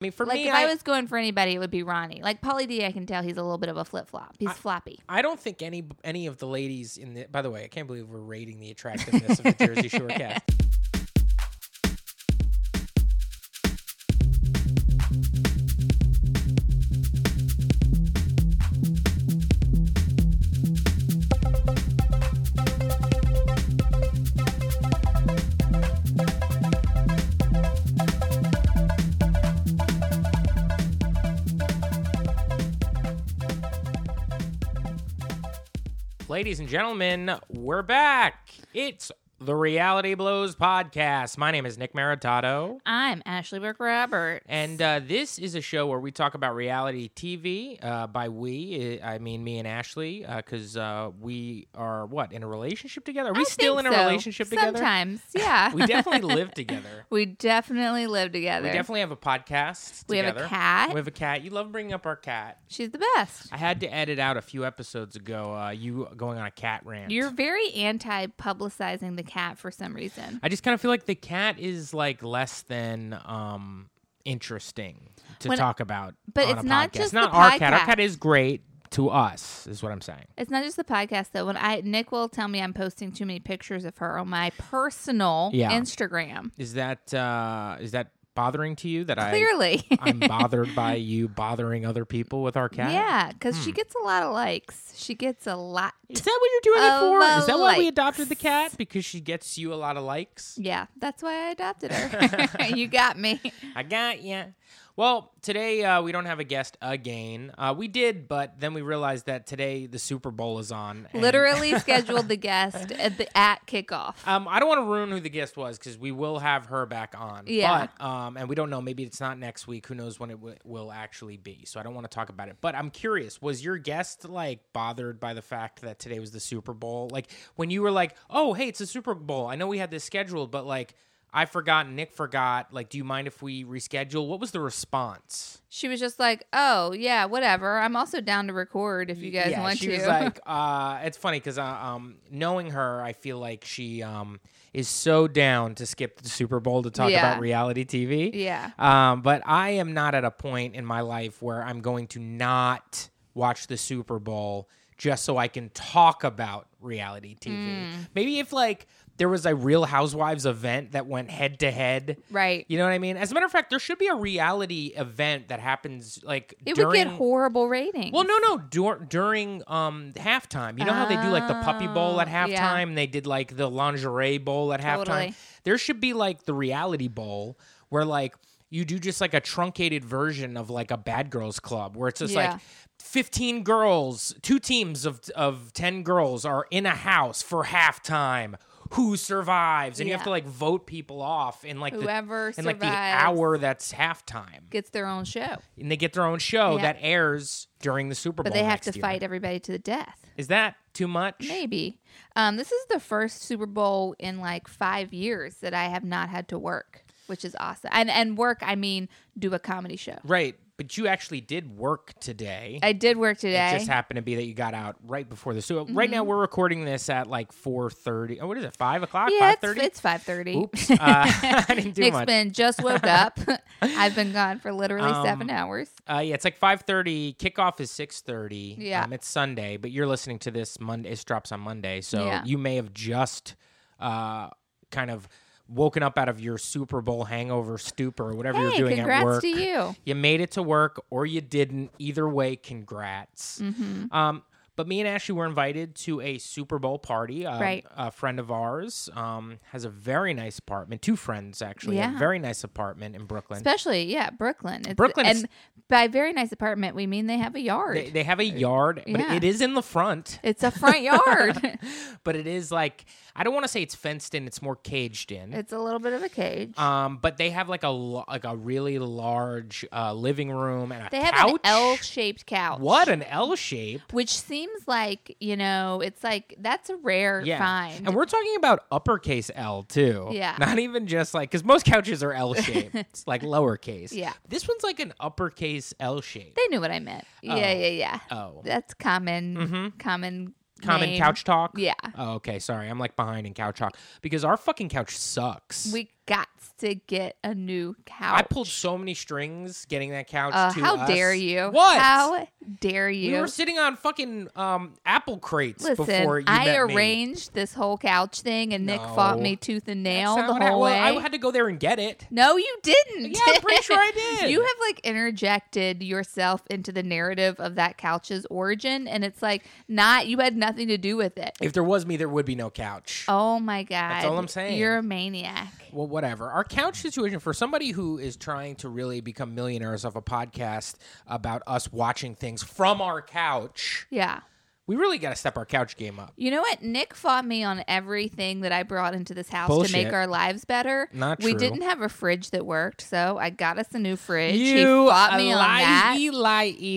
mean, for like me, if I, I, was going for anybody, it would be Ronnie. Like Polly D, I can tell he's a little bit of a flip flop. He's floppy. I don't think any any of the ladies in the. By the way, I can't believe we're rating the attractiveness of the Jersey Shore cast. Ladies and gentlemen, we're back. It's the Reality Blows podcast. My name is Nick Maritato. I'm Ashley Burke Robert. And uh, this is a show where we talk about reality TV. Uh, by we, uh, I mean me and Ashley, because uh, we are what in a relationship together. Are we I still in think a so. relationship together? Sometimes, yeah. We definitely live together. We definitely live together. We definitely have a podcast. We have a together. cat. We have a cat. You love bringing up our cat. She's the best. I had to edit out a few episodes ago. Uh, you going on a cat rant. You're very anti publicizing the cat for some reason. I just kind of feel like the cat is like less than um interesting to When- talk about. but on it's a not podcast. just not the our cat. Our podcast. cat is great to us, is what I'm saying. It's not just the podcast though. When I Nick will tell me I'm posting too many pictures of her on my personal Yeah. Instagram. Is that uh is that bothering to you that Clearly. I I'm bothered by you bothering other people with our cat? Yeah, because Hmm. she gets a lot of likes. She gets a lot. Is that what you're doing it Of, for? uh, Is that why we likes. adopted the cat? Because she gets you a lot of likes? Yeah, that's why I adopted her. you got me. I got ya. Well, today uh, we don't have a guest again. Uh, we did, but then we realized that today the Super Bowl is on. and- Literally scheduled the guest at the at kickoff. Um, I don't want to ruin who the guest was because we will have her back on. Yeah. But, um, and we don't know. Maybe it's not next week. Who knows when it w- will actually be? So I don't want to talk about it. But I'm curious. Was your guest like bothered by the fact that today was the Super Bowl? Like when you were like, "Oh, hey, it's the Super Bowl. I know we had this scheduled, but like." I forgot. Nick forgot. Like, do you mind if we reschedule? What was the response? She was just like, "Oh yeah, whatever. I'm also down to record if you guys yeah, want she to." was like, uh, it's funny because uh, um, knowing her, I feel like she um, is so down to skip the Super Bowl to talk Yeah. about reality TV. Yeah. Um, but I am not at a point in my life where I'm going to not watch the Super Bowl just so I can talk about reality TV. Mm. Maybe if like there was a Real Housewives event that went head to head. "Right." You know what I mean? As a matter of fact, there should be a reality event that happens like It during would get horrible ratings. well, no, no. Dur- during um halftime, you know how they do like the puppy bowl at Oh, halftime. yeah. They did like the lingerie bowl at halftime. Totally. There should be like the reality bowl where like you do just like a truncated version of like a bad girls club where it's just Yeah. like 15 girls, two teams of of 10 girls are in a house for halftime. Who survives? And you have to Yeah. like vote people off in like Whoever the, in like the survives. hour that's halftime gets their own show, and they get their own show Yeah. that airs during the Super Bowl. but they have next to year. fight everybody to the death. Is that too much? Maybe. Um, this is the first Super Bowl in like five years that I have not had to work, which is awesome. And and work, I mean, do a comedy show. Right, but you actually did work today. I did work today. It just happened to be that you got out right before the Super. Mm-hmm. Right now, we're recording this at like four thirty. Oh, what is it? Five o'clock? yeah, Five it's, thirty? it's five thirty. Oops, uh, I didn't do Nick's much. been just woke up. I've been gone for literally Um, seven hours. Uh, yeah, it's like five thirty. Kickoff is six thirty. Yeah. um, it's Sunday, but you're listening to this Monday. It drops on Monday, so Yeah. you may have just uh, kind of woken up out of your Super Bowl hangover stupor, or whatever Hey, you're doing congrats at work. to you. You made it to work, or you didn't. Either way, congrats. Mm-hmm. Um, but me and Ashley were invited to a Super Bowl party. Um, Right. A friend of ours um, has a very nice apartment. Two friends actually, a Yeah. very nice apartment in Brooklyn. Especially, yeah, Brooklyn. It's, Brooklyn is- and by very nice apartment, we mean they have a yard. They, they have a yard, but Yeah. it is in the front. it's a front yard. but it is like I don't want to say it's fenced in; it's more caged in. it's a little bit of a cage. um, but they have like a lo- like a really large uh, living room and a they have couch. an L-shaped couch. What an L shape! Which seems like, you know, it's like that's a rare find. And we're talking about uppercase L too. Yeah. Not even just like because most couches are L shaped. it's like lowercase. Yeah. This one's like an uppercase L shape. they knew what I meant. Yeah, yeah, yeah. Oh. That's common Mm-hmm. common Common name. couch talk. Yeah. Oh, okay. Sorry, I'm like behind in couch talk because our fucking couch sucks. We got to get a new couch. I pulled so many strings getting that couch. Uh, to how us. dare you? What? How dare you? we were sitting on fucking um, apple crates before Listen, you I met me. arranged this whole couch thing, and Nick No. fought me tooth and nail That's the not what I- whole well, way. I had to go there and get it. no, you didn't. Yeah, I'm pretty sure I did. you have like interjected yourself into the narrative of that couch's origin, and it's like not you had nothing to do with it. If there was me, there would be no couch. Oh my god! all I'm saying. You're a maniac. Well, whatever. Our couch situation for somebody who is trying to really become millionaires off a podcast about us watching things from our couch, Yeah. we really got to step our couch game up. You know what? Nick fought me on everything that I brought into this house to Bullshit. make our lives better. Not We true. didn't have a fridge that worked, so I got us a new fridge. he You fought me a on lie, that. lie, e,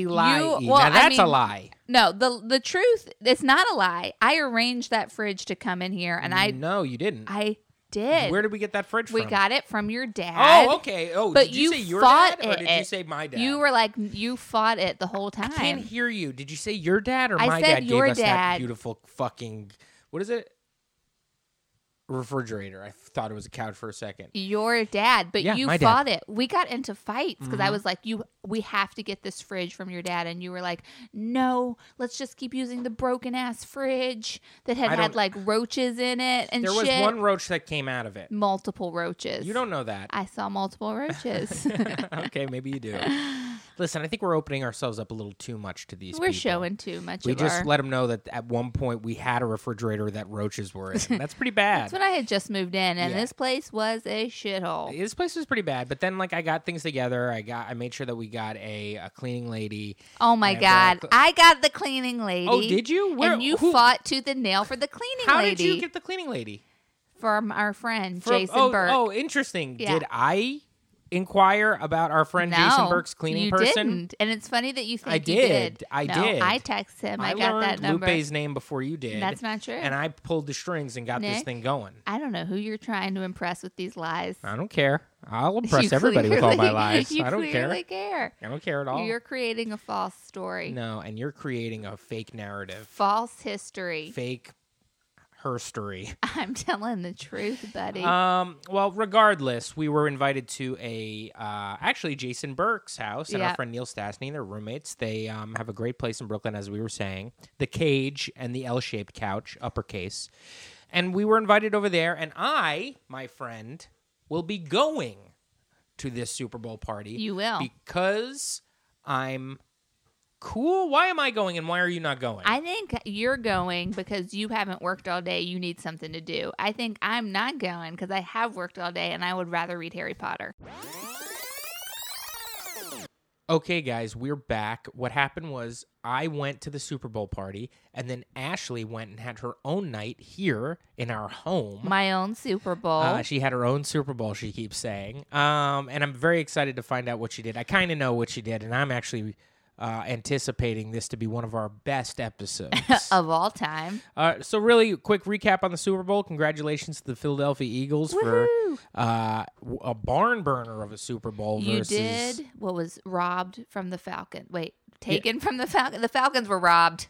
lie, You- e. well, now I that's a mean- lie. No, the the truth it's not a lie. I arranged that fridge to come in here and I no, you didn't. I did. Where did we get that fridge we Mm. from? got it from your dad. Oh, okay. Oh, But did you, you say your fought dad or did you it. say my dad? You were like you fought it the whole I time. can't hear you. Did you say your dad or I my said dad your gave us that dad. beautiful fucking what is it? Refrigerator. I thought it was a couch for a second. your dad, but Yeah, you my dad. Mm-hmm. fought it. We got into fights because I was like, "You, we have to get this fridge from your dad," and you were like, "No, let's just keep using the broken ass fridge that had I had don't- like roaches in it and There was shit. one roach that came out of it. multiple roaches. You don't know that. I saw multiple roaches. okay, maybe you do. Listen, I think we're opening ourselves up a little too much to these We're people. showing too much. We of just our... let them know that at one point we had a refrigerator that roaches were in. That's pretty bad. That's when I had just moved in, and Yeah. this place was a shithole. this place was pretty bad, but then like I got things together. I got I made sure that we got a, a cleaning lady. Oh my And, god, uh, I got the cleaning lady. Oh, did you? Where, and you who, fought tooth and nail for the cleaning How lady did you get the cleaning lady? from our friend From- Jason oh, Burke. oh, interesting. Yeah. Did I inquire about our friend Jason No, Burke's cleaning you person? Didn't. And it's funny that you think I you did. I No, did. I text him. I, I, got learned that number. Lupe's name before you did. That's not true. And I pulled the strings and got this Nick? thing going. I don't know who you're trying to impress with these lies. I don't care. I'll You impress everybody with all my clearly- lies. You I don't care. clearly care. I don't care at all. You're creating a false story, no, and you're creating a fake narrative, false history. fake her story. I'm telling the truth, buddy. Um, well, regardless, we were invited to a uh, actually Jason Burke's house and our Yeah. friend Neil Stastny. They're roommates. They um, have a great place in Brooklyn, as we were saying. The cage and the L-shaped couch, uppercase. And we were invited over there, and I, my friend, will be going to this Super Bowl party. You will. because I'm cool. Why am I going, and why are you not going? I think you're going because you haven't worked all day. You need something to do. I think I'm not going because I have worked all day and I would rather read Harry Potter. Okay, guys, we're back. What happened was I went to the Super Bowl party, and then Ashley went and had her own night here in our home. My own Super Bowl. Uh, she had her own Super Bowl, she keeps saying. Um, and I'm very excited to find out what she did. I kind of know what she did, and I'm actually uh, anticipating this to be one of our best episodes. of all time. Uh, so, really quick recap on the Super Bowl. Congratulations to the Philadelphia Eagles for Woohoo! uh, w- a barn burner of a Super Bowl You versus. did what was robbed from the Falcon. Wait, taken from the Falcon. The Falcons were robbed.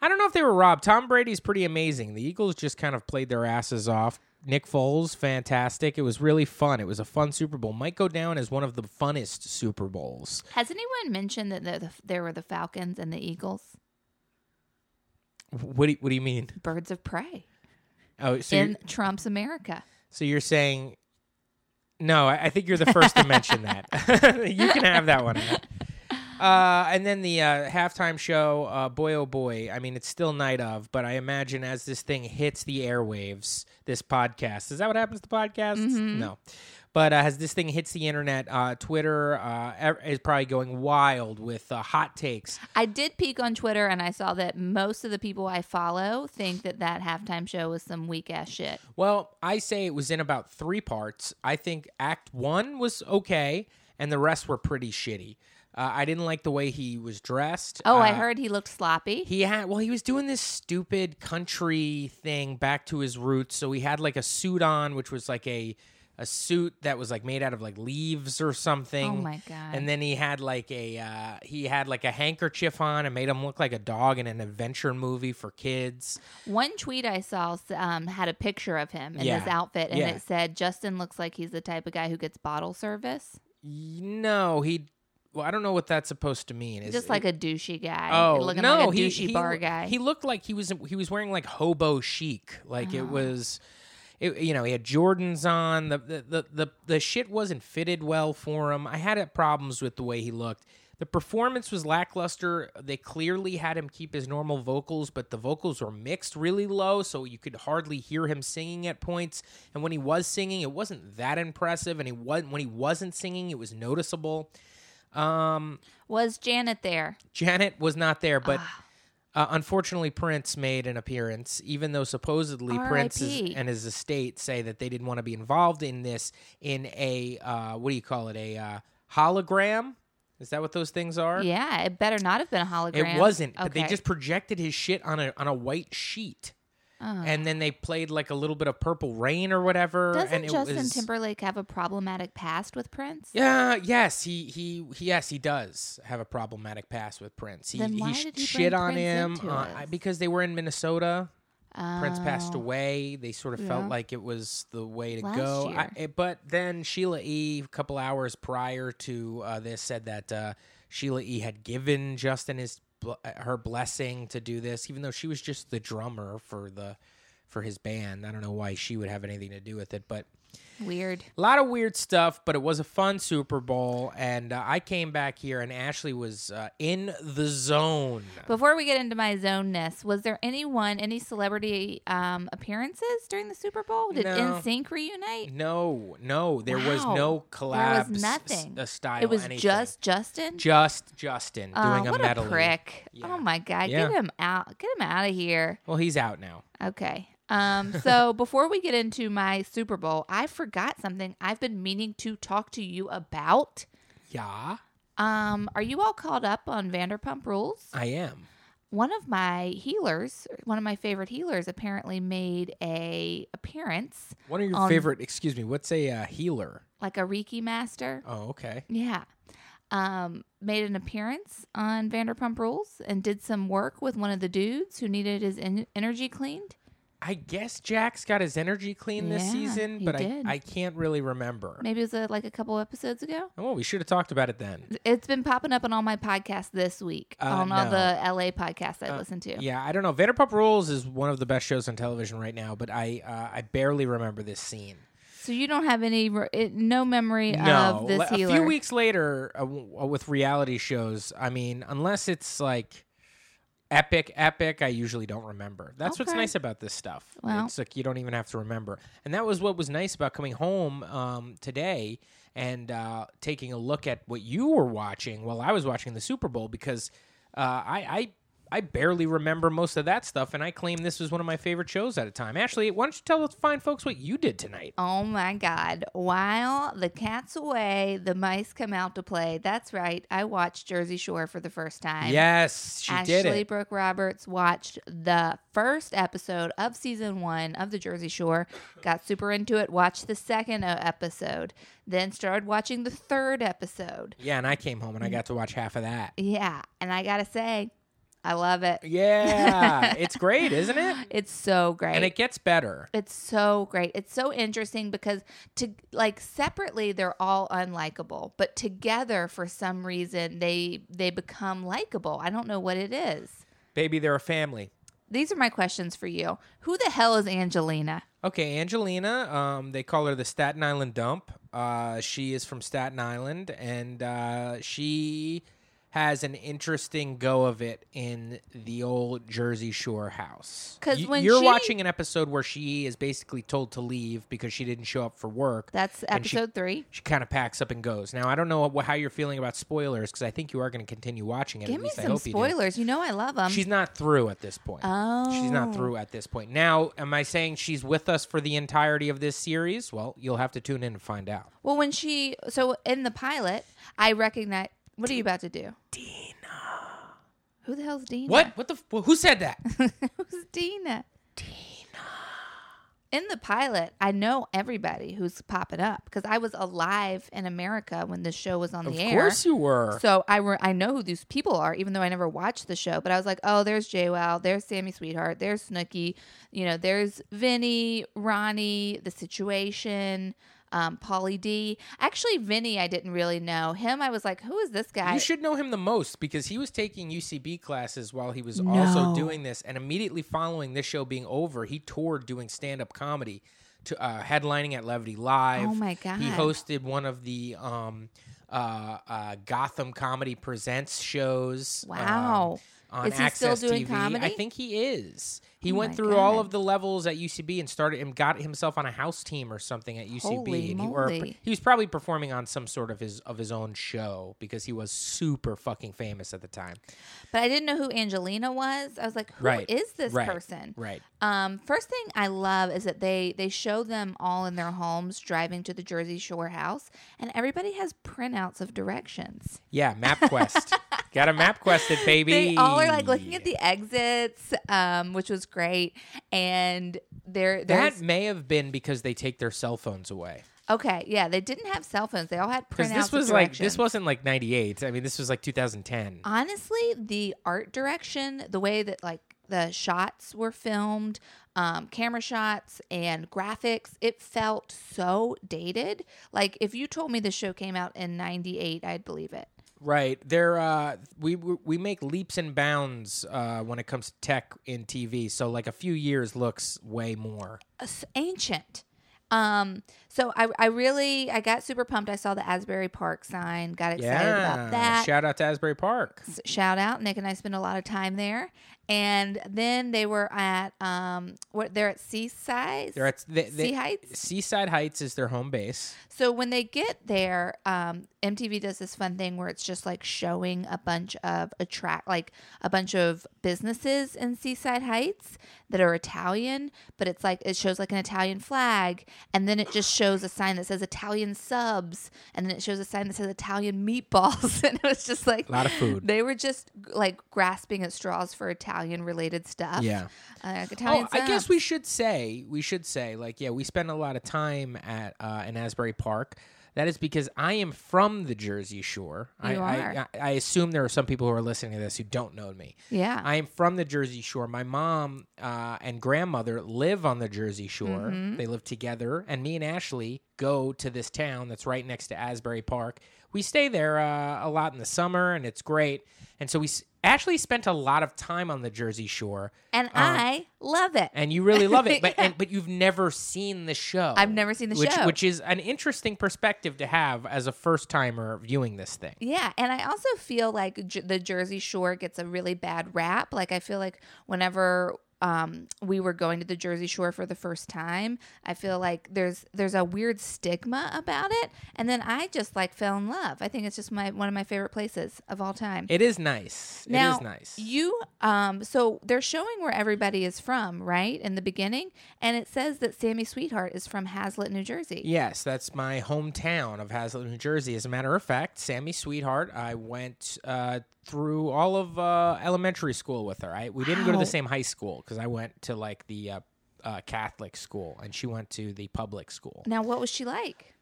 I don't know if they were robbed. Tom Brady's pretty amazing. The Eagles just kind of played their asses off. Nick Foles, fantastic. It was really fun. It was a fun Super Bowl. Might go down as one of the funnest Super Bowls. Has anyone mentioned that the, the, there were the Falcons and the Eagles? What do you, what do you mean? Birds of prey Oh, so in you're, Trump's America. so you're saying? No, I, I think you're the first to mention that. you can have that one. Anna. Uh, and then the uh, halftime show, uh, boy oh boy! I mean, it's still night of, but I imagine as this thing hits the airwaves, this podcast is that what happens to podcasts? No, but uh, as this thing hits the internet, uh, Twitter uh, ev- is probably going wild with uh, hot takes. I did peek on Twitter and I saw that most of the people I follow think that that halftime show was some weak ass shit. Well, I say it was in about three parts. I think Act One was okay, and the rest were pretty shitty. Uh, I didn't like the way he was dressed. Oh, I Uh, heard he looked sloppy. He had well, he was doing this stupid country thing back to his roots. So he had like a suit on, which was like a a suit that was like made out of like leaves or something. Oh my God. And then he had like a uh, he had like a handkerchief on and made him look like a dog in an adventure movie for kids. One tweet I saw um, had a picture of him in Yeah. this outfit, and Yeah. it said, Justin looks like he's the type of guy who gets bottle service. No, he. Well, I don't know what that's supposed to mean. Is Just it- like a douchey guy. Oh looking no, like a he- douchey he, bar guy. He looked like he was he was wearing like hobo chic. Like Oh. it was, it, you know, he had Jordans on. The, the the the the shit wasn't fitted well for him. I had uh, problems with the way he looked. The performance was lackluster. They clearly had him keep his normal vocals, but the vocals were mixed really low, so you could hardly hear him singing at points. And when he was singing, it wasn't that impressive. And he was when he wasn't singing, it was noticeable. Was Janet there? Janet was not there, but Ah. uh, unfortunately, Prince made an appearance, even though supposedly Prince is, R.I.P.. and his estate say that they didn't want to be involved in this in a, uh, what do you call it, a uh, hologram? Is that what those things are? Yeah, it better not have been a hologram. Er It wasn't, but they Okay. just projected his shit on a on a white sheet. Oh. And then they played like a little bit of Purple Rain or whatever. and Doesn't it Justin was, Timberlake have a problematic past with Prince? Yeah, yes, he, he he- yes, he does have a problematic past with Prince. He, Then why he did he shit bring on Prince him into uh, this? because they were in Minnesota. Prince passed Oh. away. They sort of Yeah. felt like it was the way to Last go. year. it- but then Sheila E. a couple hours prior to uh, this said that uh, Sheila E. had given Justin his bl- eh, her blessing to do this, even though she was just the drummer for the for his band. I don't know why she would have anything to do with it, but Weird. a lot of weird stuff, but it was a fun Super Bowl, and uh, I came back here, and Ashley was uh, in the zone. Before we get into my zoneness, was there anyone, any celebrity um, appearances during the Super Bowl? Did No. NSYNC reunite? No, no, there was Wow. no There collab. was nothing. S- style. it was anything. just Justin. just Justin Uh, doing a what medley. a prick! Yeah. Oh my god, Yeah. get him out! Get him out of here. Well, he's out now. Okay. Um, so before we get into my Super Bowl, I forgot something I've been meaning to talk to you about. Yeah, Um, are you all caught up on Vanderpump Rules? I am. one of my healers, one of my favorite healers, apparently made a appearance, One of your On- favorite? Excuse me. What's a uh, healer? like a Reiki master. Oh, okay. Yeah, um, made an appearance on Vanderpump Rules and did some work with one of the dudes who needed his en- energy cleaned. I guess Jack's got his energy clean this Yeah, season, he but I, did. I can't really remember. Maybe it was uh like a couple episodes ago. Well, we should have talked about it then. It's been popping up on all my podcasts this week, Uh, on all no. Uh, the LA podcasts I listen to. Yeah, I don't know. Vanderpump Rules is one of the best shows on television right now, but I uh, I barely remember this scene. So you don't have any, re- it, no memory no, of this le- a healer. few weeks later uh, w- uh, with reality shows, I mean, unless it's like epic, epic, I usually don't remember. That's what's Okay. nice about this stuff. Well- It's like you don't even have to remember, and that was what was nice about coming home um, today and uh, taking a look at what you were watching while I was watching the Super Bowl because uh, I. I I barely remember most of that stuff, and I claim this was one of my favorite shows at a time. Ashley, why don't you tell the fine folks what you did tonight? Oh my God. While the cat's away, the mice come out to play. That's right. I watched Jersey Shore for the first time. yes, she Ashley did it. Brooke Roberts watched the first episode of season one of The Jersey Shore, got super into it, watched the second uh, episode, then started watching the third episode. Yeah, and I came home and I got to watch half of that. Yeah. And I got to say, I love it. Yeah, it's great, isn't it? It's so great. And it gets better. It's so great. It's so interesting because to like separately they're all unlikable, but together for some reason they they become likable. I don't know what it is. Baby, they're a family. These are my questions for you. Who the hell is Angelina? Okay, Angelina, um, they call her the Staten Island Dump. Uh, she is from Staten Island, and uh, she has an interesting go of it in the old Jersey Shore house. 'Cause You- when you're she- watching an episode where she is basically told to leave because she didn't show up for work. That's And she- episode 3. she kind of packs up and goes. Now I don't know wh- how you're feeling about spoilers because I think you are going to continue watching it. Give at me least I some hope you do. spoilers. You, know I love them. She's not through at this point. oh. She's not through at this point. Now, am I saying she's with us for the entirety of this series? Well, you'll have to tune in to find out. Well, when she so in the pilot, I recognize What are you about to do? Dina. Who the hell's Dina? What? What the? F- who said that? Who's Dina? Dina. in the pilot, I know everybody who's popping up because I was alive in America when this show was on Of the air. course you were. So I re- I know who these people are, even though I never watched the show. But I was like, oh, there's JWoww, there's Sammy Sweetheart, there's Snooky, you know, there's Vinny, Ronnie, The Situation, um, Pauly D. Actually, Vinny, I didn't really know him. I was like, who is this guy? you should know him the most because he was taking UCB classes while he was also No. doing this. And immediately following this show being over, he toured doing stand up comedy, to uh, headlining at Levity Live. Oh my He God. hosted one of the um, uh, uh, Gotham Comedy Presents shows. um, Wow. on Is he still Access doing TV. I comedy? think he is. He Oh went my through all God. of the levels at UCB and started and got himself on a house team or something at UCB. Holy and he, or moly. he was probably performing on some sort of his of his own show because he was super fucking famous at the time. but I didn't know who Angelina was. I was like, who is Right. this Right. person? Right. Um, first thing I love is that they they show them all in their homes driving to the Jersey Shore house, and everybody has printouts of directions. Yeah, MapQuest. got a MapQuest it, baby. They all are like looking at the exits, um, which was great. And they're That there's may have been because they take their cell phones away. okay, yeah. They didn't have cell phones; they all had printouts. Because this of was like this directions. Uh. wasn't like ninety eight. I mean this was like two thousand ten. honestly the art direction, the way that like the shots were filmed, um, camera shots and graphics, it felt so dated. Like if you told me the show came out in '98, I'd believe it. Right. There uh we we make leaps and bounds uh when it comes to tech in TV. So like a few years looks way more. Uh, s- ancient. Um, so I, I really I got super pumped. I saw the Asbury Park sign, got excited about that. Shout out to Asbury Park. S- Shout out, Nick and I spent a lot of time there. And then they were at um, what they're at Seaside. They're at they, they, Sea Heights. Seaside Heights is their home base. So when they get there, um, MTV does this fun thing where it's just like showing a bunch of attract like a bunch of businesses in Seaside Heights that are Italian, but it's like it shows like an Italian flag, and then it just shows a sign that says Italian subs, and then it shows a sign that says Italian meatballs, and it was just like A lot of food. They were just like grasping at straws for Italian related stuff. Yeah. Uh, like, Italian Oh, I guess subs. we should say we should say like yeah, we spend a lot of time at uh, in Asbury Park. That is because I am from the Jersey Shore. I, You I, are. I I assume there are some people who are listening to this who don't know me. yeah. I am from the Jersey Shore. My mom uh, and grandmother live on the Jersey Shore. Mm-hmm. They live together, and me and Ashley go to this town that's right next to Asbury Park. We stay there uh, a lot in the summer, and it's great. And so we s- Ashley spent a lot of time on the Jersey Shore, and I love it. um, and you really love it. But and, but you've never seen the show. I've never seen the which, show. which is an interesting perspective to have as a first timer viewing this thing. Yeah, and I also feel like J- the Jersey Shore gets a really bad rap. Like I feel like whenever um, we were going to the Jersey Shore for the first time, I feel like there's there's a weird stigma about it. And then I just like fell in love. I think it's just my one of my favorite places of all time. It is nice. Now, it is nice. You um so they're showing where everybody is from, right? In the beginning, and it says that Sammy Sweetheart is from Hazlet, New Jersey. Yes, that's my hometown of Hazlet, New Jersey. As a matter of fact, Sammy Sweetheart, I went uh, through all of uh, elementary school with her. I, we didn't go to Wow. the same high school because I went to like the uh, uh, Catholic school and she went to the public school. Now, what was she like?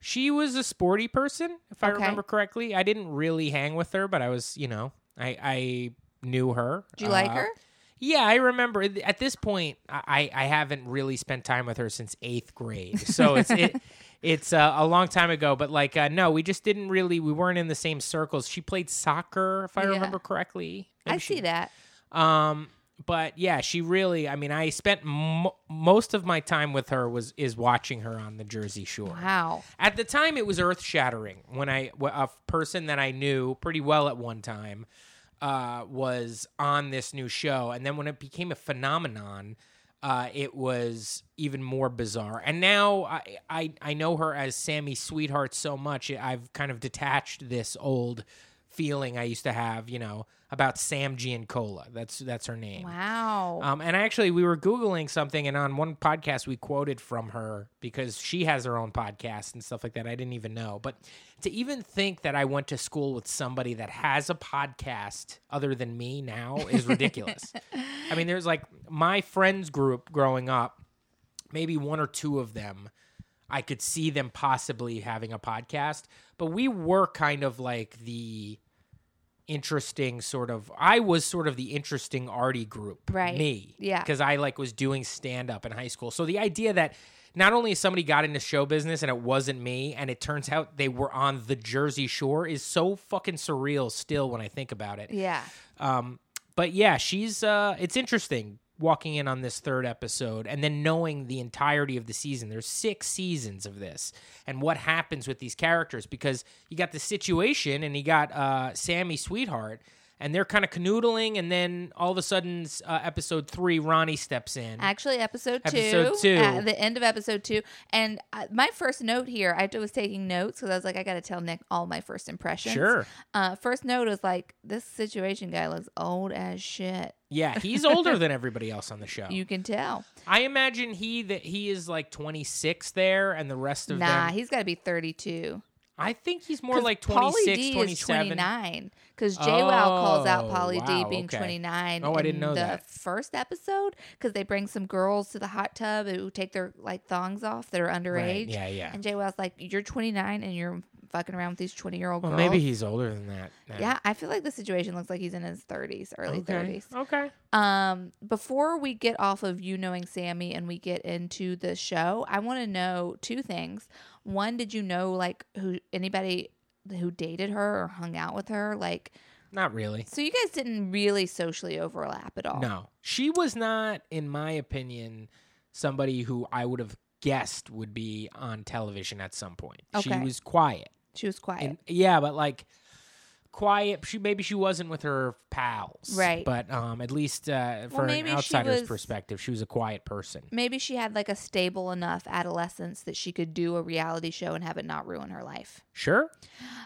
She was a sporty person, if I Okay. remember correctly. I didn't really hang with her, but I was, you know, I, I knew her. Did you like Uh, her? yeah, I remember. At this point, I, I haven't really spent time with her since eighth grade, so it's it, it's uh, a long time ago. But like, uh, no, we just didn't really. We weren't in the same circles. She played soccer, if I Yeah. remember correctly. I Maybe she- see that. Um, but yeah, she really. I mean, I spent mo most of my time with her was is watching her on the Jersey Shore. Wow. At the time, it was earth shattering when I wh- a person that I knew pretty well at one time uh, was on this new show, and then when it became a phenomenon, uh, it was even more bizarre. And now I, I I know her as Sammy Sweetheart so much, I've kind of detached this old feeling I used to have, you know, about Sam Giancola. That's that's her name. Wow. Um, and actually, we were Googling something, and on one podcast, we quoted from her because she has her own podcast and stuff like that. I didn't even know. But to even think that I went to school with somebody that has a podcast other than me now is ridiculous. I mean, there's like my friends group growing up maybe one or two of them I could see them possibly having a podcast, but we were kind of like the interesting sort of I was sort of the interesting arty group. Right. Me. Yeah. Because I like was doing stand up in high school. So the idea that not only somebody got into show business and it wasn't me, and it turns out they were on the Jersey Shore is so fucking surreal still when I think about it. Yeah. Um, but yeah, she's uh, it's interesting walking in on this third episode and then knowing the entirety of the season. There's six seasons of this and what happens with these characters because you got the situation and you got uh, Sammy Sweetheart and they're kind of canoodling and then all of a sudden uh, episode three Ronnie steps in. Actually, episode two. Episode two. At the end of episode two. And uh, my first note here, I was taking notes because I was like, I got to tell Nick all my first impressions. Sure. Uh, first note was like, this situation guy looks old as shit. Yeah, he's older than everybody else on the show. You can tell. I imagine he that he is like 26 there and the rest of Nah, them he's got to be 32. I think he's more 'Cause like Pauly 26, D is 27. 29 because Jay Wow calls out Oh, Polly D wow, being okay. 29 Oh, I in didn't know the that. first episode because they bring some girls to the hot tub who take their like thongs off that are underage. Right, Yeah, yeah. And Jay Wow's like, "You're 29 and you're fucking around with these 20 year old Well, girls." maybe he's older than that. now. yeah, I feel like the situation looks like he's in his 30s, early okay. 30s. Okay. Um, before we get off of you knowing Sammy and we get into the show, I want to know two things. One, did you know like who anybody who dated her or hung out with her? Like, Not really. so you guys didn't really socially overlap at all. No. She was not, in my opinion, somebody who I would have guessed would be on television at some point. She Okay. was quiet. she was quiet. And, yeah, but like quiet. She maybe she wasn't with her pals. Right. But um at least uh, for maybe an she outsider's was- perspective, she was a quiet person. Maybe she had like a stable enough adolescence that she could do a reality show and have it not ruin her life. Sure.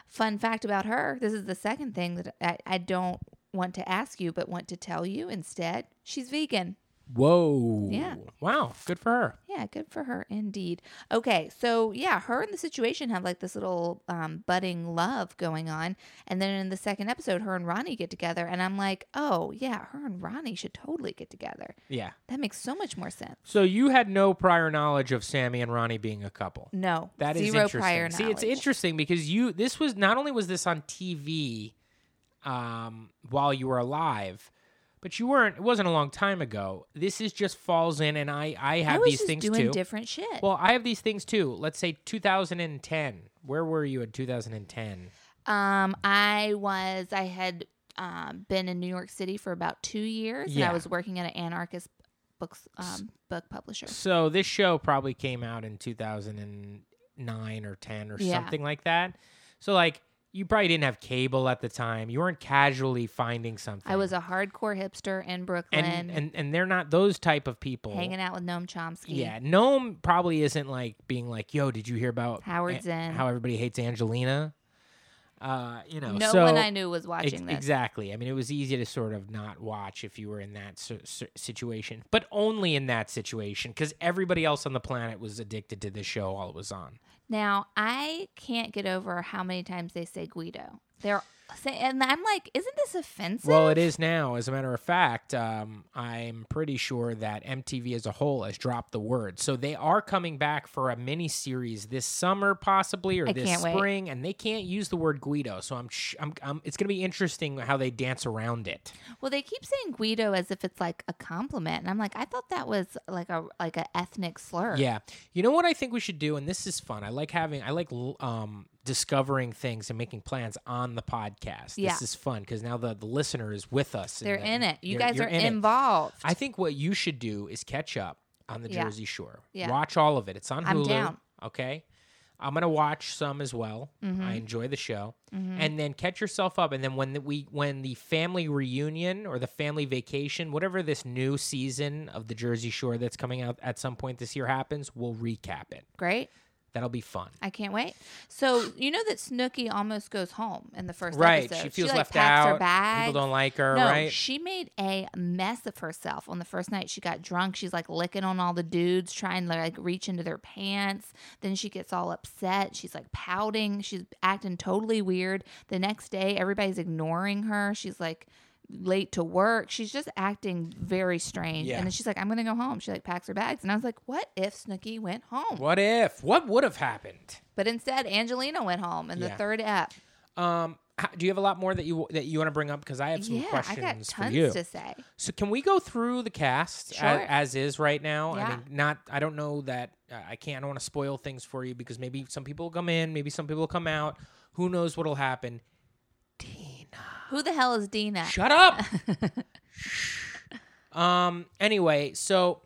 Fun fact about her this is the second thing that I, I don't want to ask you, but want to tell you instead. She's vegan. Whoa. Yeah. Wow. Good for her. Yeah, good for her indeed. Okay, so yeah, her and the situation have like this little um, budding love going on. And then in the second episode, her and Ronnie get together. And I'm like, oh, yeah, her and Ronnie should totally get together. Yeah. That makes so much more sense. So you had no prior knowledge of Sammy and Ronnie being a couple. No, That is zero interesting. prior See, it's knowledge. interesting because you this was not only was this on TV um, while you were alive, but you weren't. It wasn't a long time ago. This is just falls in, and I I I have was these just things doing too. different shit. well, I have these things too. Let's say 2010. Where were you in 2010? um, I was, I had um, been in New York City for about two years, and Yeah. I was working at an anarchist books um, book publisher. So this show probably came out in 2009 or 10 or Yeah. something like that. So like you probably didn't have cable at the time. You weren't casually finding something. I was a hardcore hipster in Brooklyn. and and and they're not those type of people. hanging out with Noam Chomsky. Yeah, Gnome probably isn't like being like, "Yo, did you hear about Howard Zinn. How everybody hates Angelina?" Uh, you know, No so one I knew was Ex- watching this. Exactly. I mean, it was easy to sort of not watch if you were in that s- s- situation, but only in that situation because everybody else on the planet was addicted to this show while it was on. Now, I can't get over how many times they say Guido. They're say, and I'm like, isn't this offensive? Well, it is now. As a matter of fact, um, I'm pretty sure that MTV as a whole has dropped the word. So they are coming back for a mini series this summer, possibly, or I this can't wait. spring, and they can't use the word Guido. So I'm, sh- I'm, I'm it's going to be interesting how they dance around it. well, they keep saying Guido as if it's like a compliment, and I'm like, I thought that was like a like a ethnic slur. Yeah. You know what I think we should do and this is fun. I like having I like l- um discovering things and making plans on the podcast. Yeah. This is fun cuz now the, the listener is with us. they're the- in it. You you're- guys you're are in it. involved. I think what you should do is catch up on the Yeah. Jersey Shore. Yeah. Watch all of it. It's on Hulu. I'm down. Okay. I'm gonna watch some as well. Mm-hmm. I enjoy the show, and then catch yourself up. And then when the, we when the family reunion or the family vacation, whatever this new season of the Jersey Shore that's coming out at some point this year happens, we'll recap it. Great. That'll be fun. I can't wait. So you know that Snooki almost goes home in the first right? episode. She feels like, left packs out. Her bags. People don't like her. No, right? she made a mess of herself on the first night. She got drunk. She's like licking on all the dudes, trying to like reach into their pants. Then she gets all upset. She's like pouting. She's acting totally weird. The next day, everybody's ignoring her. She's like late to work. She's just acting very strange. Yeah. And then she's like, I'm going to go home. She like packs her bags. And I was like, what if Snooki went home? What if? What would have happened? But instead, Angelina went home in the Yeah. third app. Um, how, do you have a lot more that you that you want to bring up? Because I have some Yeah, I questions got for tons you. to say. So can we go through the cast Sure. a- as, is right now? I Yeah. mean, not. I don't know that uh, I can't. I don't want to spoil things for you because maybe some people will come in, maybe some people will come out. Who knows what'll happen? Tina, Who the hell is Dina? shut up. um. Anyway, so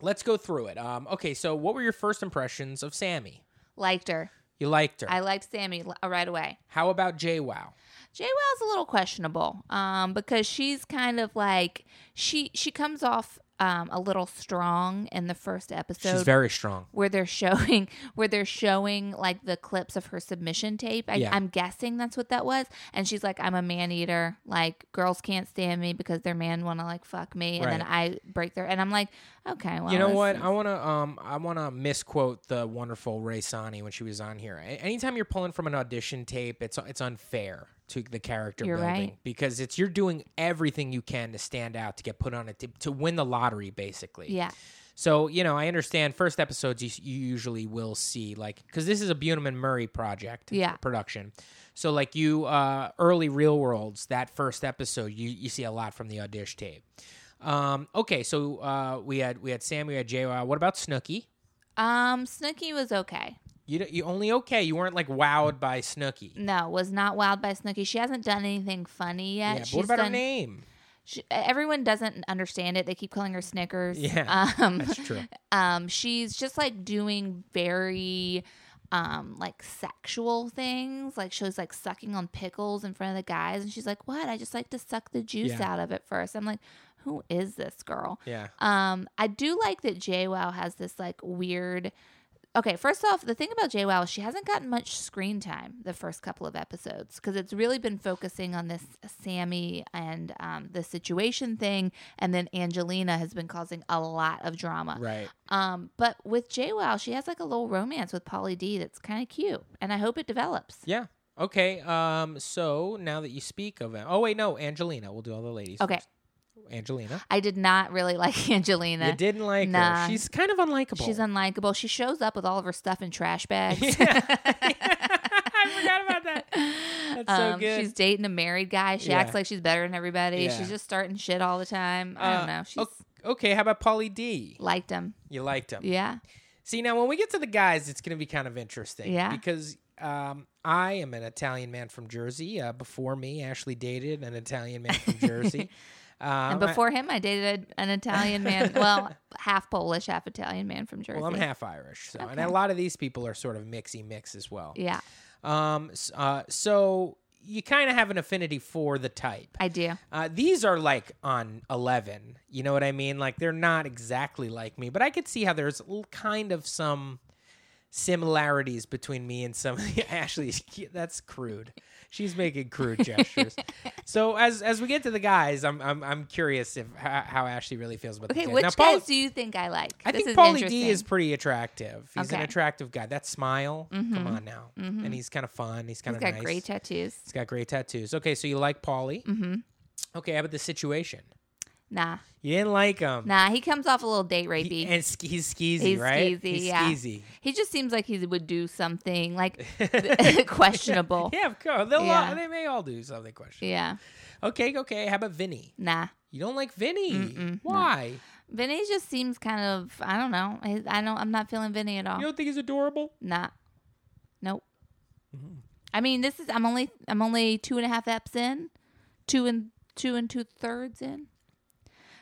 let's go through it. Um. Okay. So what were your first impressions of Sammy? Liked her. You liked her. I liked Sammy li- right away. How about JWoww? Jay Wow's a little questionable um, because she's kind of like she she comes off um, a little strong in the first episode. She's very strong. where they're showing where they're showing like the clips of her submission tape. I, Yeah. I'm guessing that's what that was. And she's like, "I'm a man eater. Like girls can't stand me because their man want to like fuck me, and then I break their." And I'm like, "Okay, well, You know this what? is- I wanna um I wanna misquote the wonderful Ray Sani when she was on here. A- anytime you're pulling from an audition tape, it's it's unfair to the character You're building right. because it's you're doing everything you can to stand out, to get put on a t- to win the lottery, basically. yeah, So you know, I understand first episodes you, you usually will see like because this is a Buneman Murray project, Yeah. production. So like you uh, early Real Worlds, that first episode, you you see a lot from the audition tape. Um, okay, so uh, we had we had Sam, we had JWoww. What about Snooki? um, Snooki was okay. You d- you only okay? You weren't like wowed by Snooki. No, was not wowed by Snooki. She hasn't done anything funny yet. yeah, but She's what about done, her name? She, everyone doesn't understand it. They keep calling her Snickers. Yeah, um, That's true. um she's just like doing very um like sexual things like she was like sucking on pickles in front of the guys and she's like what i just like to suck the juice Yeah. out of it first i'm like who is this girl Yeah, um i do like that jwow has this like weird okay first off the thing about jwow is she hasn't gotten much screen time the first couple of episodes because it's really been focusing on this sammy and um, the situation thing and then angelina has been causing a lot of drama right. um, but with JWoww, she has like a little romance with Polly D that's kind of cute, and I hope it develops. Yeah. Okay. Um. So now that you speak of it, oh wait, no, Angelina. We'll do all the ladies. Okay, first. Angelina. I did not really like Angelina. You didn't like Nah. her. She's kind of unlikable. She's unlikable. She shows up with all of her stuff in trash bags. Yeah. I forgot about that. That's so good. Um, She's dating a married guy. She Yeah. acts like she's better than everybody. Yeah. She's just starting shit all the time. I Uh, don't know. She's o- okay, how about Polly D? liked him. You liked him. Yeah. See, now when we get to the guys, it's going to be kind of interesting. Yeah. Because um, I am an Italian man from Jersey. Uh, before me, Ashley dated an Italian man from Jersey. Um, And I- before him, I dated an Italian man. well, half Polish, half Italian man from Jersey. well, I'm half Irish, so and Okay. a lot of these people are sort of mixy mix as well. Yeah, Um, s- uh, so you kind of have an affinity for the type. I do. Uh, these are like on 11. You know what I mean? Like they're not exactly like me, but I could see how there's l- kind of some similarities between me and some Ashley's that's crude. She's making crude gestures. so as as we get to the guys, I'm I'm I'm curious if how, how Ashley really feels about Okay, the guys. which Now, Paul- guys do you think I like? I This think is Paulie D interesting. is pretty attractive. He's an Okay. attractive guy. That smile, come on now. Mhm. And he's kind of fun. He's kind He's of got nice. great tattoos. he's got great tattoos. Okay, so you like Paulie? Mm-hmm. Okay, how about the situation? Nah, You didn't like him. nah. He comes off a little date rapey. He- He, and sk- he's skeezy, He's right? skeezy, yeah. skeezy. just seems like he would do something like Yeah. questionable. yeah, of course. They'll all- Yeah. they may all do something questionable. Yeah, Okay, okay. How about Vinny? nah. You don't like Vinny. Mm-mm, no. Why? Vinny just seems kind of I don't know. I, I don't. I'm not feeling Vinny at all. You don't think he's adorable? Nah. Nope. Mm-hmm. I mean, this is I'm only I'm only two and a half eps in, two and two and two thirds in.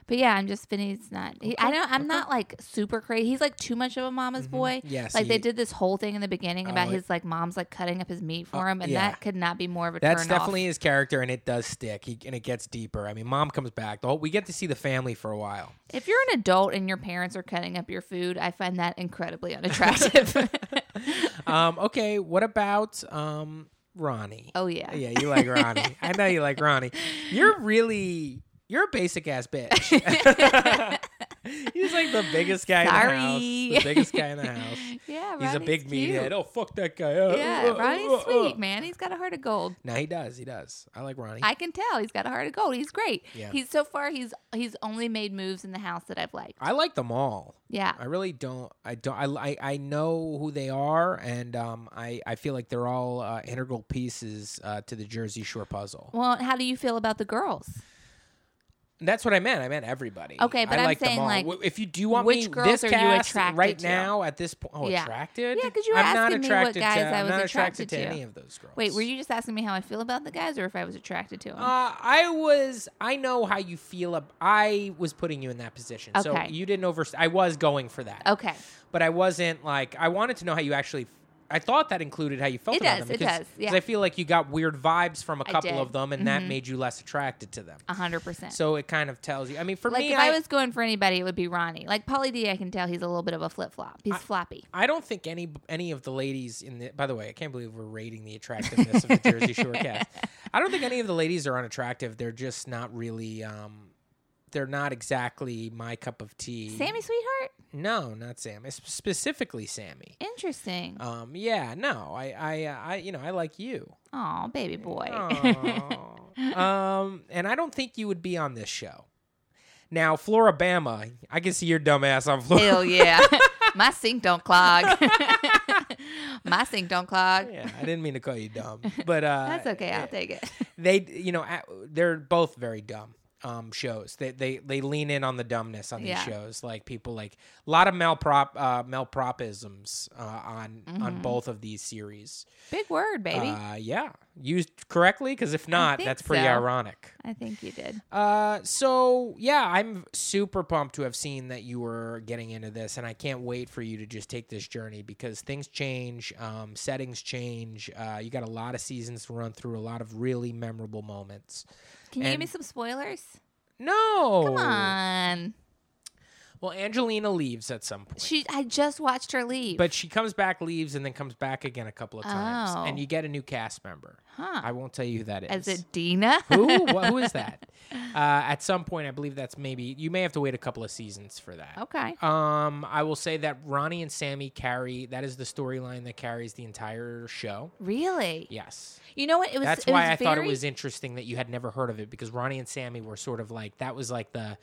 But yeah, I'm just Vinny's not. He, I Okay, don't. I'm okay. not like super crazy. He's like too much of a mama's boy. Yes. Like they he- did this whole thing in the beginning about Oh, it- his like mom's like cutting up his meat for Oh, him, and yeah. that could not be more of a That's turn definitely his character, and it does stick, he, and it gets deeper. I mean, mom comes back. The whole, we get to see the family for a while. If you're an adult and your parents are cutting up your food, I find that incredibly unattractive. um, okay, what about um, Ronnie? oh yeah. Yeah, you like Ronnie. I know you like Ronnie. You're really you're a basic ass bitch. He's like the biggest guy in the Sorry. house. The biggest guy in the house. Yeah, He's a Ronnie's big cute. meathead. Oh fuck that guy. Uh, Yeah, uh, uh, uh, Ronnie's uh. sweet, man. He's got a heart of gold. No, he does. He does. I like Ronnie. I can tell he's got a heart of gold. He's great. Yeah. He's so far he's he's only made moves in the house that I've liked. I like them all. Yeah. I really don't. I don't. I I, I know who they are, and um, I I feel like they're all uh, integral pieces uh, to the Jersey Shore puzzle. Well, how do you feel about the girls? That's what I meant. I meant everybody. Okay, I but I'm like them saying, all. like, W- if you do you want which me, girls this are you cast attracted right to? now at this point. Oh, Yeah. attracted? Yeah, 'cause you were I'm not asking me what attracted guys to, I I'm was not attracted to, to. any of those girls. Wait, were you just asking me how I feel about the guys or if I was attracted to them? Uh, I was. I know how you feel. Ab- I was putting you in that position, so Okay. you didn't over. I was going for that, okay. but I wasn't like. I wanted to know how you actually. I thought that included how you felt It about does, them. it because- does, 'cause yeah. I feel like you got weird vibes from a I couple did. Mm-hmm. of them, and that made you less attracted to them. A 100%. So it kind of tells you. I mean, for like me, if I, was going for anybody, it would be Ronnie. Like Polly D, I can tell he's a little bit of a flip flop. He's floppy. I don't think any any of the ladies in the. By the way, I can't believe we're rating the attractiveness of the Jersey Shore cast. I don't think any of the ladies are unattractive. They're just not really. um They're not exactly my cup of tea. Sammy Sweetheart? No, not Sammy. Sp- Specifically Sammy. Interesting. Um. Yeah. No. I. I. uh, I. You know. I like you. Oh, baby boy. Aw. um. And I don't think you would be on this show. Now, Florabama, I can see your dumb ass on Florida. Hell yeah. My sink don't clog. My sink don't clog. Yeah, I didn't mean to call you dumb, but uh, That's okay. eh, I'll take it. they you know at- they're both very dumb um shows they they they lean in on the dumbness on these Yeah. shows like people like a lot of malprop uh malpropisms uh on Mm-hmm. on both of these series Big word, baby. uh yeah used correctly because if not think that's pretty so. ironic I think you did. uh so yeah i'm super pumped to have seen that you were getting into this and i can't wait for you to just take this journey because things change um settings change uh you got a lot of seasons to run through a lot of really memorable moments Can you give me And- some spoilers? No. Come on. Well, Angelina leaves at some point. She I just watched her leave. but she comes back, leaves, and then comes back again a couple of times. Oh. And you get a new cast member. huh. I won't tell you who that is. As it Dina? who? What, who is that? Uh, at some point, I believe that's maybe. You may have to wait a couple of seasons for that. okay. Um, I will say that Ronnie and Sammy carry. That is the storyline that carries the entire show. Really? Yes. You know what? It was That's it why was I very, thought it was interesting that you had never heard of it because Ronnie and Sammy were sort of like that was like the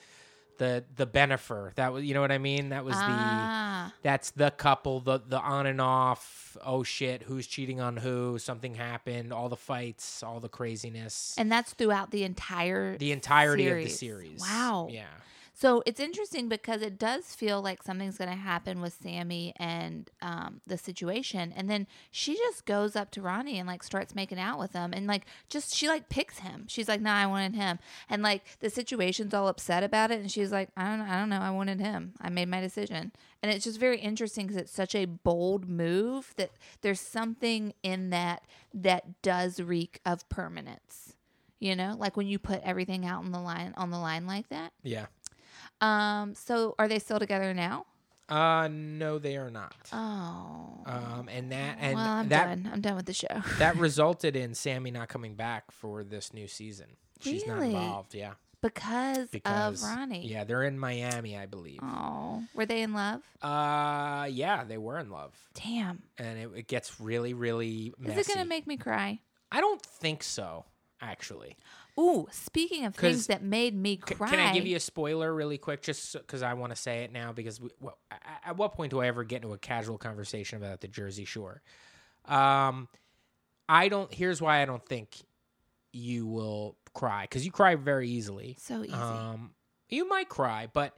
the the benefer. That was you know what I mean? That was the ah, that's the couple, the the on and off, oh shit, who's cheating on who, something happened, all the fights, all the craziness. and that's throughout the entire the entirety of the series. series. Wow. Yeah. So it's interesting because it does feel like something's going to happen with Sammy and um, the situation, and then she just goes up to Ronnie and like starts making out with him, and like just she like picks him. She's like, "Nah, I wanted him," and like the situation's all upset about it, and she's like, "I don't, I don't know, I wanted him. I made my decision," and it's just very interesting because it's such a bold move that there's something in that that does reek of permanence. You know, like when you put everything out on the line on the line like that. Yeah. Um. So are they still together now? Uh no, they are not. Oh. Um and that and well, I'm that done. I'm done with the show. that resulted in Sammy not coming back for this new season. She's not Really? involved, yeah. because, Because of Ronnie. Yeah, they're in Miami, I believe. Oh. Were they in love? Uh yeah, they were in love. Damn. And it, it gets really, really messy. Is it gonna make me cry? I don't think so, actually. Ooh. Speaking of 'Cause- things that made me C- cry. Can I give you a spoiler really quick, just because I want to say it now? Because we, well, a- at what point do I ever get into a casual conversation about the Jersey Shore? Um, I don't. Here's why I don't think you will cry because you cry very easily. So easy. Um, you might cry, but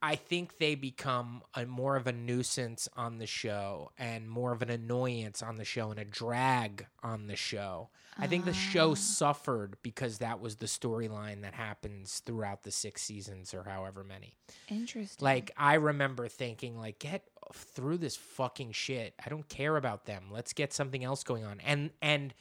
I think they become a more of a nuisance on the show and more of an annoyance on the show and a drag on the show. I think the show Ah. suffered because that was the storyline that happens throughout the six seasons or however many. Interesting. Like I remember thinking like get through this fucking shit. I don't care about them. Let's get something else going on. And and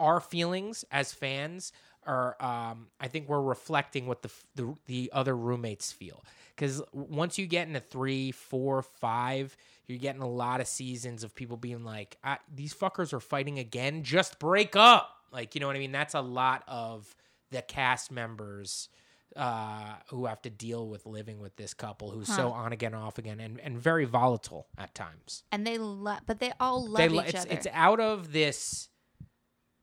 our feelings as fans are um I think we're reflecting what the f- the, the other roommates feel cuz once you get into three, four, five, you're getting a lot of seasons of people being like I, these fuckers are fighting again. Just break up. Like you know what I mean? That's a lot of the cast members uh, who have to deal with living with this couple who's so on again, off again, and, and very volatile at times. and they love, but they all love lo- each it's, other. it's out of this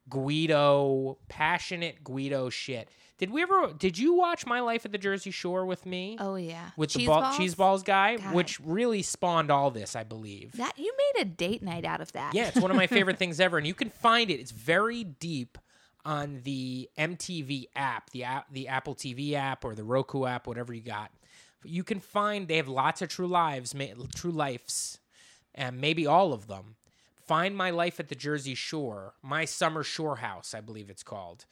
Guido, passionate Guido shit. Did we ever? Did you watch My Life at the Jersey Shore with me? oh yeah, with the ball, cheese balls guy, God. which really spawned all this, I believe. That you made a date night out of that. Yeah, it's one of my favorite things ever, and you can find it. It's very deep on the MTV app, the app, the Apple TV app, or the Roku app, whatever you got. You can find they have lots of True Lives, ma- True Lives, and maybe all of them. Find my life at the Jersey Shore, my summer shore house, I believe it's called,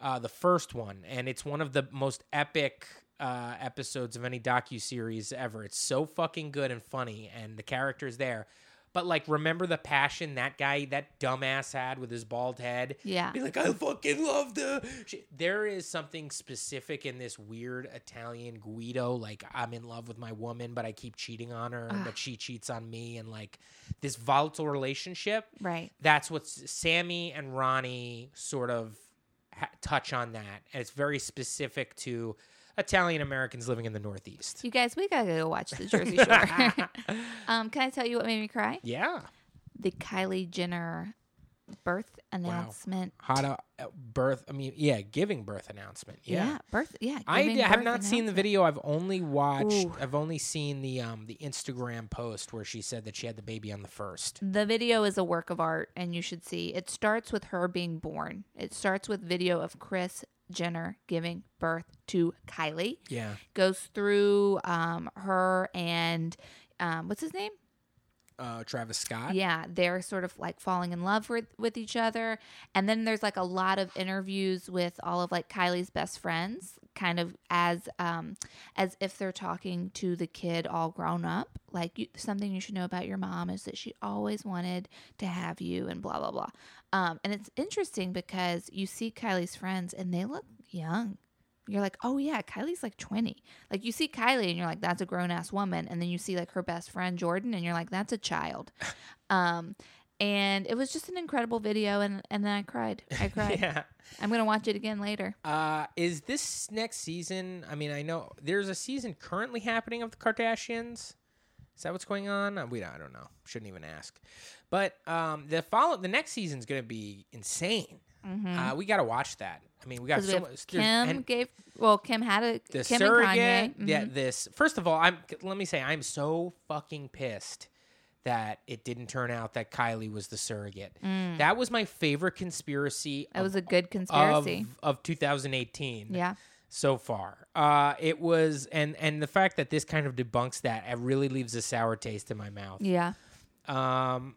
uh, the first one, and it's one of the most epic. Uh, episodes of any docu series ever. It's so fucking good and funny, and the characters there. But like, remember the passion that guy, that dumbass, had with his bald head. Yeah. be like, I fucking love the. shit." There is something specific in this weird Italian Guido. Like, I'm in love with my woman, but I keep cheating on her, but she cheats on me, and like this volatile relationship. Right. That's what S- Sammy and Ronnie sort of ha- touch on that, and it's very specific to Italian Americans living in the Northeast. You guys, we gotta go watch the Jersey Shore. um, can I tell you what made me cry? yeah. The Kylie Jenner birth announcement. How to uh, birth? I mean, yeah, giving birth announcement. Yeah, birth. Yeah, I giving d- have birth not seen the announcement. video. I've only watched. Ooh. I've only seen the um the Instagram post where she said that she had the baby on the first. The video is a work of art, and you should see. It starts with her being born. It starts with video of Chris Jenner giving birth to Kylie. Yeah, Goes through um, her and um, what's his name? uh, Travis Scott. Yeah, they're sort of like falling in love with, with each other. And then there's like a lot of interviews with all of like Kylie's best friends, kind of as um as if they're talking to the kid all grown up. Like you, something you should know about your mom is that she always wanted to have you and blah blah blah. Um and it's interesting because you see Kylie's friends and they look young. You're like, oh yeah, Kylie's like 20. Like you see Kylie and you're like, that's a grown ass woman. And then you see like her best friend Jordan and you're like, that's a child. Um, and it was just an incredible video, and and then I cried. I cried. yeah. I'm gonna watch it again later. Uh, is this next season? I mean, I know there's a season currently happening of the Kardashians. Is that what's going on? Uh, we I don't know. Shouldn't even ask. But um, the follow the next season's going to be insane. Uh, we got to watch that. I mean, we got Because Mm-hmm. we so have much. Kim there's- and- gave well, Kim had a the Kim surrogate. and Kanye. Mhm. Yeah, this. First of all, I'm. Let me say, I'm so fucking pissed that it didn't turn out that Kylie was the surrogate. That was my favorite conspiracy. Mm. that of- was a good of, conspiracy. of 2018 yeah, so far. Uh, it was, and and the fact that this kind of debunks that, it really leaves a sour taste in my mouth. yeah. Um,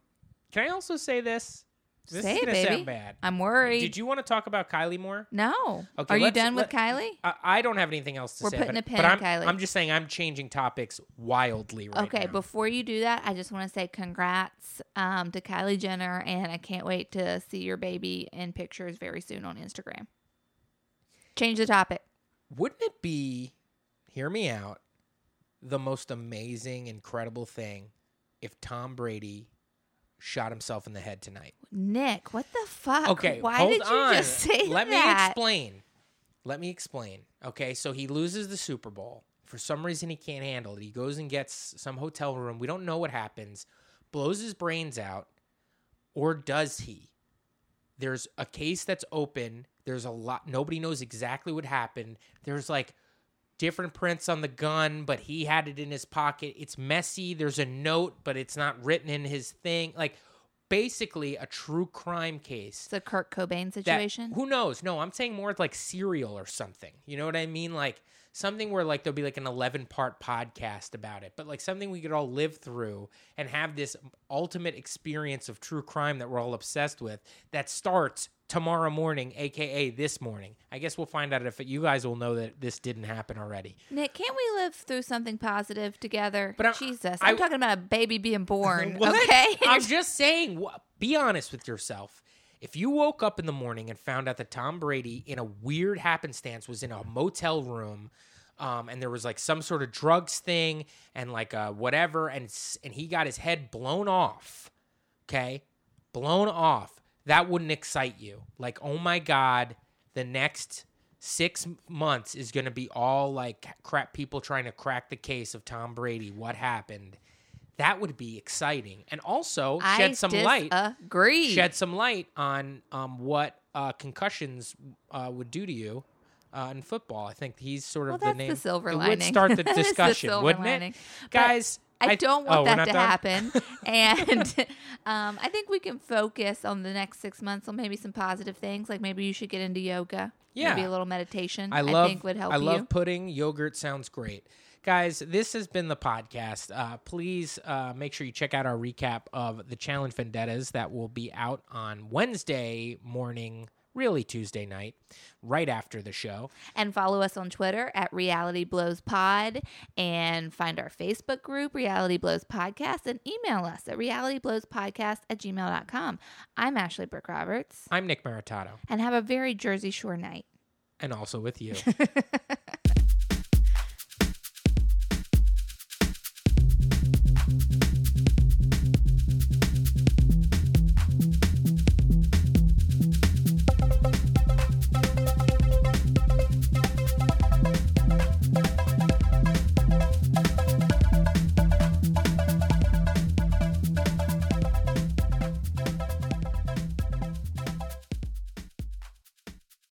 can I also say this? This Say is it, gonna baby. sound bad. I'm worried. Did you want to talk about Kylie more? no. Okay, Are you let's- done with let- Kylie? I, I don't have anything else to We're say. putting but, a pin but in I'm, Kylie. I'm just saying I'm changing topics wildly right okay, now. before you do that, I just want to say congrats um, to Kylie Jenner, and I can't wait to see your baby in pictures very soon on Instagram. Change the topic. Wouldn't it be, hear me out, the most amazing, incredible thing if Tom Brady shot himself in the head tonight? Nick, what the fuck? Okay, why hold did you on. just say Let me that? explain. Let me explain. Okay, so he loses the Super Bowl. For some reason, he can't handle it. He goes and gets some hotel room. We don't know what happens. Blows his brains out, or does he? There's a case that's open. There's a lot. Nobody knows exactly what happened. There's like different prints on the gun, but he had it in his pocket. It's messy. There's a note, but it's not written in his thing. Like basically a true crime case It's a Kurt Cobain that- situation. who knows? No, I'm saying more like serial or something. You know what I mean? Like something where like there'll be like an 11 part podcast about it, but like something we could all live through and have this ultimate experience of true crime that we're all obsessed with that starts tomorrow morning, aka this morning. I guess we'll find out if you guys will know that this didn't happen already. Nick, can't we live through something positive together? But I'm- Jesus, I- I'm talking about a baby being born. What? okay, I'm just saying, wh- be honest with yourself. If you woke up in the morning and found out that Tom Brady, in a weird happenstance, was in a motel room, um, and there was like some sort of drugs thing and like uh, whatever, and s- and he got his head blown off, okay, blown off, that wouldn't excite you. Like, oh my god, the next six m- months is going to be all like crap people trying to crack the case of Tom Brady. What happened? That would be exciting, and also shed some light. Agree. Shed some light on um, what uh, concussions uh, would do to you uh, in football. I think he's sort well, of that's the name. the silver it lining. would start the That is discussion, silver wouldn't lining. it, But guys? I, don't want oh, we're that not to done? happen, and um, I think we can focus on the next six months on maybe some positive things. Like maybe you should get into yoga. Yeah. maybe a little meditation. I love. I, think would help you. love pudding. Yogurt sounds great. Guys, this has been the podcast. Uh, please uh, make sure you check out our recap of the Challenge Vendettas that will be out on Wednesday morning, really Tuesday night, right after the show. And follow us on Twitter at Reality Blows Pod and find our Facebook group, Reality Blows Podcast, and email us at realityblowspodcast at gmail.com. I'm Ashley Brooke Roberts, I'm Nick Maritato, and have a very Jersey Shore night. and also with you.